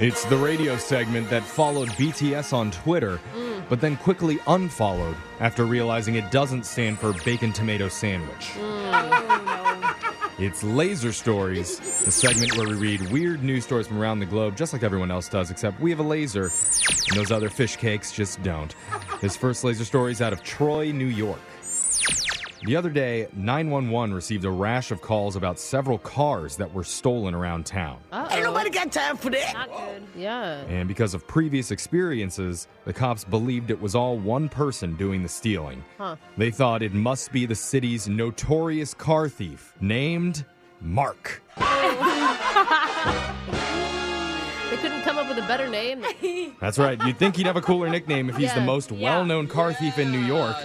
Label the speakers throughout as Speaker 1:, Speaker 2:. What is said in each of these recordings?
Speaker 1: It's the radio segment that followed BTS on Twitter, but then quickly unfollowed after realizing it doesn't stand for bacon tomato sandwich. It's Laser Stories, the segment where we read weird news stories from around the globe, just like everyone else does, except we have a laser, and those other fish cakes just don't. This first laser story is out of Troy, New York. The other day, 911 received a rash of calls about several cars that were stolen around town.
Speaker 2: Ain't nobody got time for that.
Speaker 3: Not good.
Speaker 4: Yeah.
Speaker 1: And because of previous experiences, the cops believed it was all one person doing the stealing.
Speaker 4: Huh.
Speaker 1: They thought it must be the city's notorious car thief named Mark.
Speaker 4: They couldn't come up with a better name.
Speaker 1: That's right. You'd think he'd have a cooler nickname if he's the
Speaker 4: Yeah,
Speaker 1: most
Speaker 3: yeah.
Speaker 1: well known car thief in New York,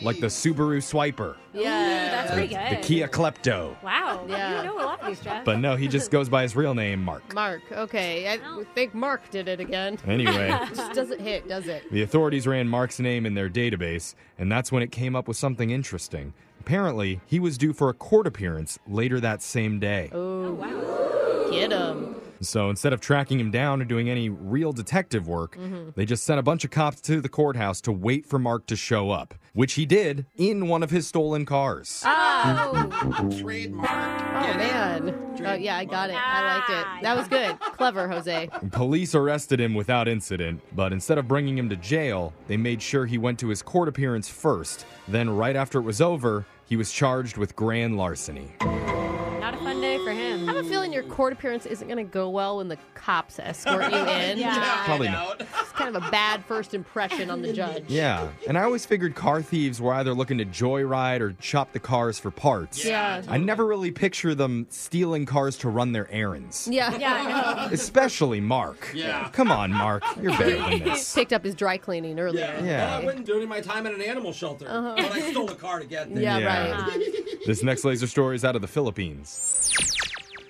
Speaker 1: like the Subaru Swiper,
Speaker 4: Yeah.
Speaker 3: That's pretty good.
Speaker 1: Uh, the Kia Klepto.
Speaker 3: Wow.
Speaker 4: Yeah.
Speaker 3: You know a lot of these jobs.
Speaker 1: But no, he just goes by his real name, Mark.
Speaker 4: Mark. Okay. I think Mark did it again.
Speaker 1: Anyway.
Speaker 4: Just doesn't hit, does it?
Speaker 1: The authorities ran Mark's name in their database, and that's when it came up with something interesting. Apparently, he was due for a court appearance later that same day.
Speaker 3: oh, wow.
Speaker 4: Get him.
Speaker 1: So instead of tracking him down or doing any real detective work, they just sent a bunch of cops to the courthouse to wait for Mark to show up, which he did in one of his stolen
Speaker 3: Ah.
Speaker 1: cars.
Speaker 3: Oh.
Speaker 4: Oh man. Oh yeah, I got it. I liked
Speaker 3: Ah,
Speaker 4: it. That was good. Clever, Jose.
Speaker 1: Police arrested him without incident, but instead of bringing him to jail, they made sure he went to his court appearance first. Then, right after it was over, he was charged with grand larceny.
Speaker 3: Not a fun day for him.
Speaker 4: I have a feeling your court appearance isn't going to go well when the cops escort you in.
Speaker 3: Yeah.
Speaker 1: Probably not.
Speaker 4: It's kind of a bad first impression on the judge.
Speaker 1: Yeah, and I always figured car thieves were either looking to joyride or chop the cars for parts.
Speaker 4: Yeah.
Speaker 1: I never really picture them stealing cars to run their errands.
Speaker 4: Yeah.
Speaker 3: Yeah, I know.
Speaker 1: Especially Mark. Yeah. Come on, Mark. You're better than this.
Speaker 4: Picked up his dry cleaning earlier.
Speaker 5: Yeah.
Speaker 1: Yeah.
Speaker 5: I wouldn't do any of my time at an animal shelter. But I stole a car to get there.
Speaker 4: Uh-huh. Yeah,
Speaker 1: Yeah.
Speaker 4: right.
Speaker 1: This next laser story is out of the Philippines.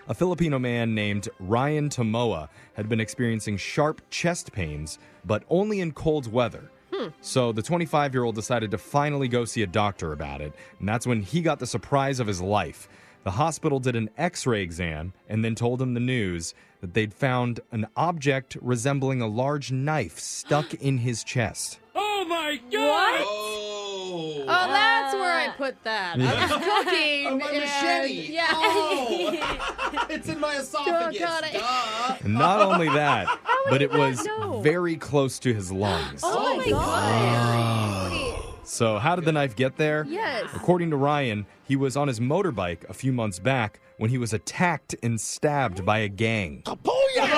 Speaker 1: A Filipino man named Ryan Tomoa had been experiencing sharp chest pains, but only in cold weather.
Speaker 4: Hmm.
Speaker 1: So the 25 year old decided to finally go see a doctor about it, and that's when he got the surprise of his life. The hospital did an x ray exam and then told him the news that they'd found an object resembling a large knife stuck in his chest.
Speaker 3: What?
Speaker 5: Oh.
Speaker 4: Oh, that's where I put that. I was cooking.
Speaker 5: Oh, my
Speaker 4: and-
Speaker 5: machete.
Speaker 4: Yeah. Oh,
Speaker 5: Oh. it's in my esophagus.
Speaker 4: got it.
Speaker 5: Duh.
Speaker 1: And Not only that, but it was
Speaker 4: know?
Speaker 1: very close to his lungs.
Speaker 4: Oh, my god.
Speaker 1: So, how did the knife get there?
Speaker 4: Yes.
Speaker 1: According to Ryan, he was on his motorbike a few months back when he was attacked and stabbed by a gang.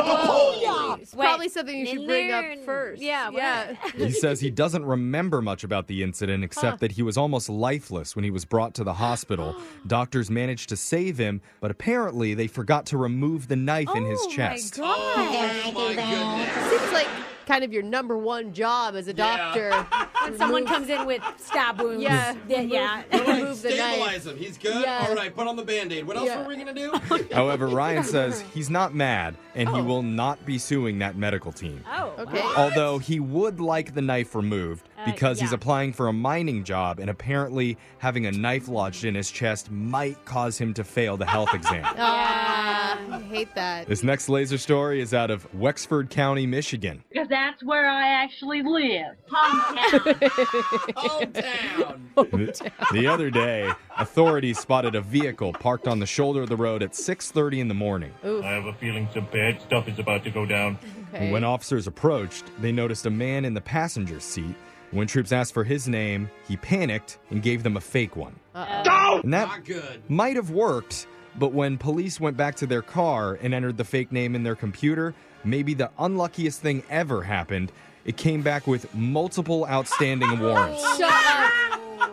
Speaker 4: It's probably something you should
Speaker 3: in
Speaker 4: bring up
Speaker 3: there and-
Speaker 4: first.
Speaker 3: yeah,
Speaker 4: Yeah.
Speaker 1: He says he doesn't remember much about the incident except that he was almost lifeless when he was brought to the hospital. Doctors managed to save him, but apparently they forgot to remove the knife in
Speaker 3: Oh
Speaker 1: his chest.
Speaker 5: Oh, my goodness.
Speaker 4: Seems like kind of your number one job as a doctor.
Speaker 3: When someone comes in with stab wounds.
Speaker 4: Yeah.
Speaker 3: Yeah. yeah.
Speaker 4: Remove the knife.
Speaker 5: Stabilize him. He's good.
Speaker 4: Yeah.
Speaker 5: All right, put on the band aid. What else
Speaker 4: Yeah.
Speaker 5: were we going to do?
Speaker 1: However, Ryan says he's not mad and he will not be suing that medical team.
Speaker 3: Oh.
Speaker 4: Okay.
Speaker 3: wow.
Speaker 1: Although he would like the knife removed
Speaker 3: Uh,
Speaker 1: because he's
Speaker 3: yeah.
Speaker 1: applying for a mining job and apparently having a knife lodged in his chest might cause him to fail the health exam.
Speaker 4: Ah, I hate that.
Speaker 1: This next laser story is out of Wexford County, Michigan.
Speaker 6: because that's where I actually live. Hometown.
Speaker 5: Hometown.
Speaker 1: The the other day, authorities spotted a vehicle parked on the shoulder of the road at 6:30 in the morning.
Speaker 7: I have a feeling some bad stuff is about to go down.
Speaker 4: Okay.
Speaker 1: When officers approached, they noticed a man in the passenger seat. When troops asked for his name, he panicked and gave them a fake one. And that
Speaker 5: Not good.
Speaker 1: might have worked, but when police went back to their car and entered the fake name in their computer, maybe the unluckiest thing ever happened. It came back with multiple outstanding warrants.
Speaker 4: Shut up.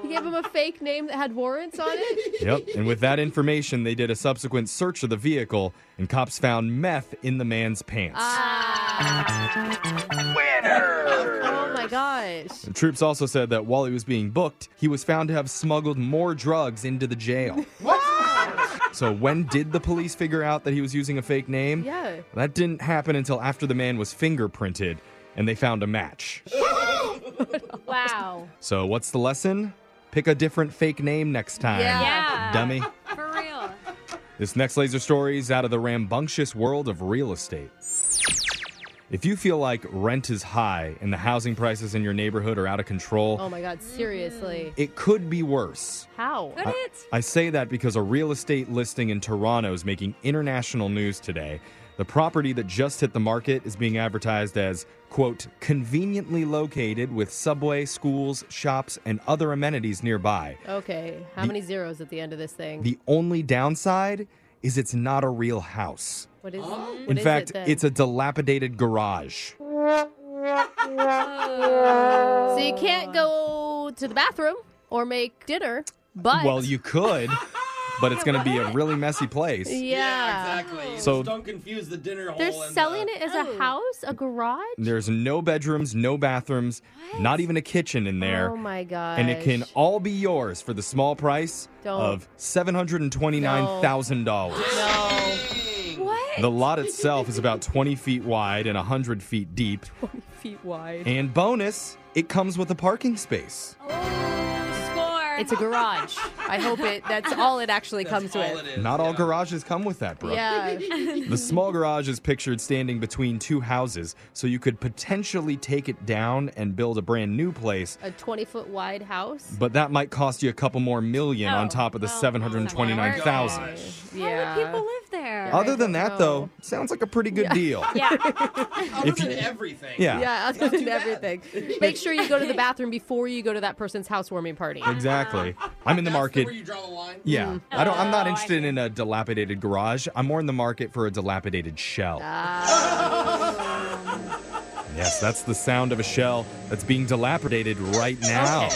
Speaker 4: You gave him a fake name that had warrants on it?
Speaker 1: Yep, and with that information, they did a subsequent search of the vehicle, and cops found meth in the man's pants.
Speaker 3: Uh,
Speaker 4: Oh my gosh.
Speaker 1: The troops also said that while he was being booked, he was found to have smuggled more drugs into the jail. so, when did the police figure out that he was using a fake name?
Speaker 4: Yeah.
Speaker 1: That didn't happen until after the man was fingerprinted and they found a match.
Speaker 3: Wow.
Speaker 1: So, what's the lesson? Pick a different fake name next time.
Speaker 4: Uh,
Speaker 3: Yeah.
Speaker 1: Dummy.
Speaker 3: For real.
Speaker 1: This next laser story is out of the rambunctious world of real estate. If you feel like rent is high and the housing prices in your neighborhood are out of control,
Speaker 4: Oh my God, seriously.
Speaker 1: it could be worse.
Speaker 4: How?
Speaker 1: Uh,
Speaker 3: Could it?
Speaker 1: I say that because a real estate listing in Toronto is making international news today. The property that just hit the market is being advertised as, quote, conveniently located with subway, schools, shops, and other amenities nearby.
Speaker 4: Okay, how
Speaker 1: The-
Speaker 4: many zeros at the end of this thing?
Speaker 1: The only downside is it's not a real house.
Speaker 4: what is, what
Speaker 1: in
Speaker 4: is
Speaker 1: fact,
Speaker 4: it then?
Speaker 1: it's a dilapidated garage.
Speaker 4: So you can't go to the bathroom or make dinner, but.
Speaker 1: Well, you could, but it's going to be a really messy place.
Speaker 4: Yeah.
Speaker 5: exactly.
Speaker 1: So-
Speaker 5: So don't confuse the dinner hole.
Speaker 4: They're
Speaker 5: and
Speaker 4: selling
Speaker 5: the,
Speaker 4: it as a house, a garage?
Speaker 1: There's no bedrooms, no bathrooms, not even a kitchen in there.
Speaker 4: Oh my God.
Speaker 1: and it can all be yours for the small price
Speaker 4: Don't.
Speaker 1: of $729,000.
Speaker 4: No.
Speaker 3: What? Oh,
Speaker 1: The lot itself is about 20 feet wide and 100 feet deep.
Speaker 4: Feet wide.
Speaker 1: And bonus, it comes with a parking space.
Speaker 3: Score.
Speaker 4: It's a garage. I hope it. That's all it actually comes
Speaker 5: That's all
Speaker 4: with.
Speaker 5: it is,
Speaker 1: Not all
Speaker 5: Oh, yeah.
Speaker 1: garages come with that, Brooke.
Speaker 4: Yeah.
Speaker 1: The small garage is pictured standing between two houses, so you could potentially take it down and build a brand new place,
Speaker 4: a 20 foot wide house.
Speaker 1: but that might cost you a couple more million on
Speaker 3: Oh,
Speaker 1: top of the
Speaker 3: well,
Speaker 5: Oh my
Speaker 1: 729,000.
Speaker 5: gosh.
Speaker 3: How
Speaker 4: Yeah.
Speaker 3: do people live there?
Speaker 1: Other
Speaker 4: I
Speaker 1: than
Speaker 4: don't
Speaker 1: that
Speaker 4: know.
Speaker 1: though, sounds like a pretty good deal.
Speaker 3: yeah.
Speaker 5: Other
Speaker 1: If you-
Speaker 5: than everything.
Speaker 1: Yeah.
Speaker 4: yeah, other than everything. Make sure you go to the bathroom before you go to that person's housewarming party.
Speaker 1: Exactly. I'm in the
Speaker 5: That's
Speaker 1: market.
Speaker 5: Where you draw the line.
Speaker 1: Yeah. I don't I'm not
Speaker 3: Oh, I
Speaker 1: interested
Speaker 3: see.
Speaker 1: in a dilapidated garage. I'm more in the market for a dilapidated shell.
Speaker 3: Ah.
Speaker 1: Yes, that's the sound of a shell that's being dilapidated right now.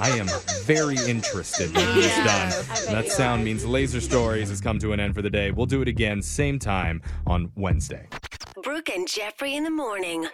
Speaker 1: I am very interested when it is done. And that sound means Laser Stories has come to an end for the day. We'll do it again, same time on Wednesday.
Speaker 8: Brooke and Jeffrey in the morning.